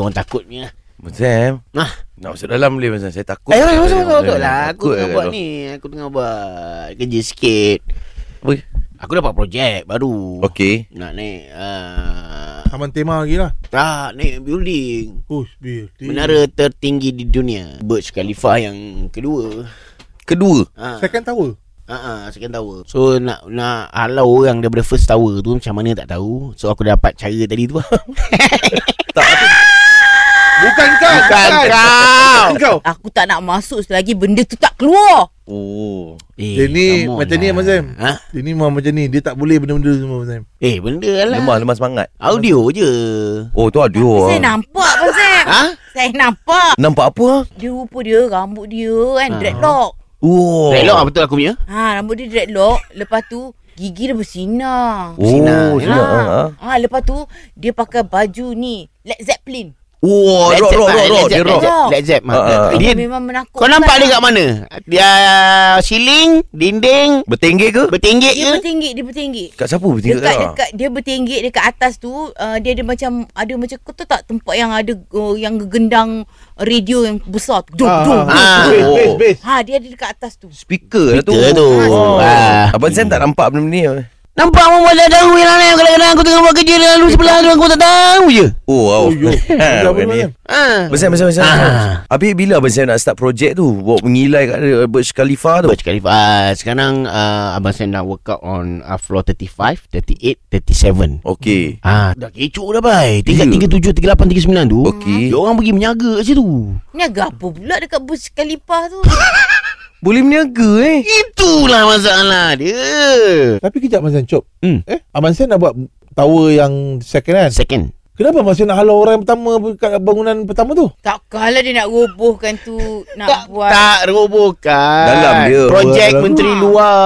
orang takut punya. Sam Nah. Nak masuk dalam boleh Sam Saya Eh, takut masuk masuk masuk Eh, lah. Aku takut tengah lah buat kalau. ni, aku tengah buat kerja sikit. Apa? Aku dapat projek baru. Okey Nak naik uh, Taman tema lagi lah tak naik building. Ush bil Menara tertinggi di dunia. Burj Khalifa yang kedua. Kedua Ha. Second tower Ah, uh-huh, second tower. So nak nak halau orang daripada first tower tu macam mana tak tahu. So aku dapat cara tadi tu. Bukan kau Bukan kau. Bukan kau Aku tak nak masuk selagi benda tu tak keluar. Oh Eh, Dia ni come on macam ni lah. Abang Sam Ha? Dia ni memang macam ni Dia tak boleh benda-benda semua Abang Sam Eh, benda lah. Lemah lemah semangat Audio je. Oh tu ada Saya orang nampak Abang Sam. Ha? Saya nampak. Nampak apa ah? Dia rupa dia, rambut dia kan, Ah. dreadlock. Oh Relok lah betul aku punya. Ha, rambut dia dreadlock. Lepas tu, gigi dia bersinar. Oh Sinar. sinar, ah. ha. lepas tu, dia pakai baju ni. Led Zeppelin. Oh Led rock rock Zeppelin, rock Led rock Dia rock Zeppelin, Led Zeppelin. Ah, ah, ah. Dia Dia memang menakutkan. kau nampak dia kat mana? Dia siling, dinding, Bertinggi ke? bertinggi Dia ke? bertinggi, dia bertinggi. Kat siapa bertinggi Dekat, lah. dekat dia bertinggi dekat atas tu uh, dia ada macam ada macam kau tahu tak tempat yang ada uh, yang gendang radio yang besar tu. Dum, Ah, dum, dum. ah. Base base base Ha dia ada dekat atas tu. Speaker lah tu Speaker tu. oh. Ah. Abang Sam tak nampak benda ni ah? Nampak mu boleh tahu yang lain kadang-kadang aku tengah buat kerja dia lalu sebelah tu aku tak tahu je. Oh wow Oh yo Dia Bukan apa Abang ni Sam Ha. Abang Sam, Abang Sam, Abang Sam. Ah. Habis bila Abang Sam nak start projek tu? Bawa mengilai kat dia, Burj Khalifa tu? Burj Khalifa. Ah, sekarang uh, abang Sam dah work out on uh, floor 35, 38, 37. Okey Ah, dah kecoh dah bai. Tingkat Ya. 37, 38, 39 tu. Okey. Dia orang pergi menyaga kat situ. Ni agak apa pula dekat Burj Khalifa tu? Boleh meniaga eh Itulah masalah dia. Tapi kejap Abang Sam Cop Hmm. Eh Abang Sam nak buat Tower yang second kan Second. Kenapa Abang Sam nak halau orang yang pertama Kat bangunan pertama tu Takkanlah dia nak robohkan tu nak tak, buat. tak robohkan. Dalam dia. lah. Projek Dalam. Menteri Luar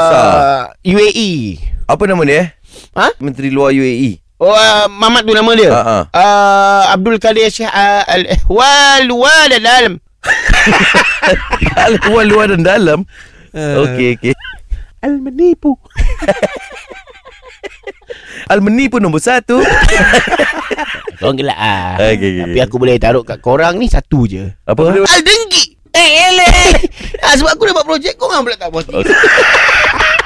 Besar. UAE. Apa nama dia eh? E. Ha? Menteri Luar UAE Oh, uh, Mamat tu nama dia. Ha, ha. Uh, Abdul Kadir Syah uh, Al-Ihwal Wal Dalam. ha. Luar-luar dan dalam Okey okey Al-Menipu Almeni pun nombor satu Korang gelak ah. Okey, okey, Tapi okey. aku boleh taruh kat korang ni satu je. Apa? Al Dengki. Eh, eleh. ah, sebab aku dah buat projek korang pula tak buat.